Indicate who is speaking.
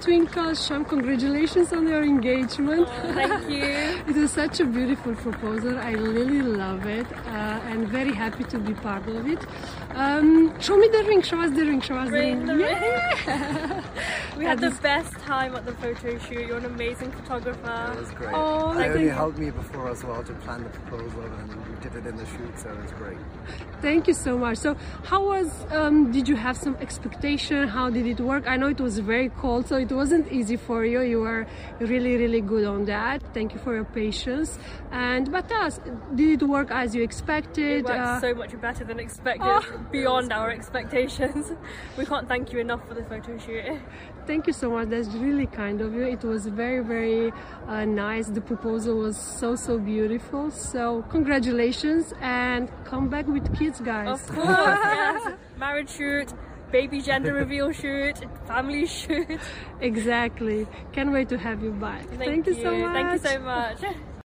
Speaker 1: Twinkle Sham, congratulations on your engagement.
Speaker 2: Thank you.
Speaker 1: It was such a beautiful proposal. I really love it uh, and very happy to be part of it. Um, show me the ring, show us the ring, show us
Speaker 2: Ring,
Speaker 1: the
Speaker 2: the
Speaker 1: ring.
Speaker 2: ring. We had the
Speaker 1: That is-
Speaker 2: best time at the photo shoot. You're an amazing photographer.
Speaker 3: That was great.
Speaker 1: Oh,
Speaker 3: they
Speaker 1: thank
Speaker 3: only
Speaker 1: you.
Speaker 3: helped me before as well to plan the proposal, and we did it in the shoot, so it was great.
Speaker 1: Thank you so much. So, how was? Um, did you have some expectation? How did it work? I know it was very cold, so it wasn't easy for you. You were really, really good on that. Thank you for your patience. And but us, did it work as you expected?
Speaker 2: It worked
Speaker 1: Uh,
Speaker 2: so much better than expected,
Speaker 1: Oh.
Speaker 2: beyond our expectations. We can't thank you enough for the photo shoot.
Speaker 1: Thank you so much. That's really kind of you. It was very, very uh, nice. The proposal was so, so beautiful. So, congratulations and come back with kids, guys.
Speaker 2: Of course, yes. Marriage shoot, baby gender reveal shoot, family shoot.
Speaker 1: Exactly. Can't wait to have you back.
Speaker 2: Thank,
Speaker 1: you so much.
Speaker 2: Thank you so much.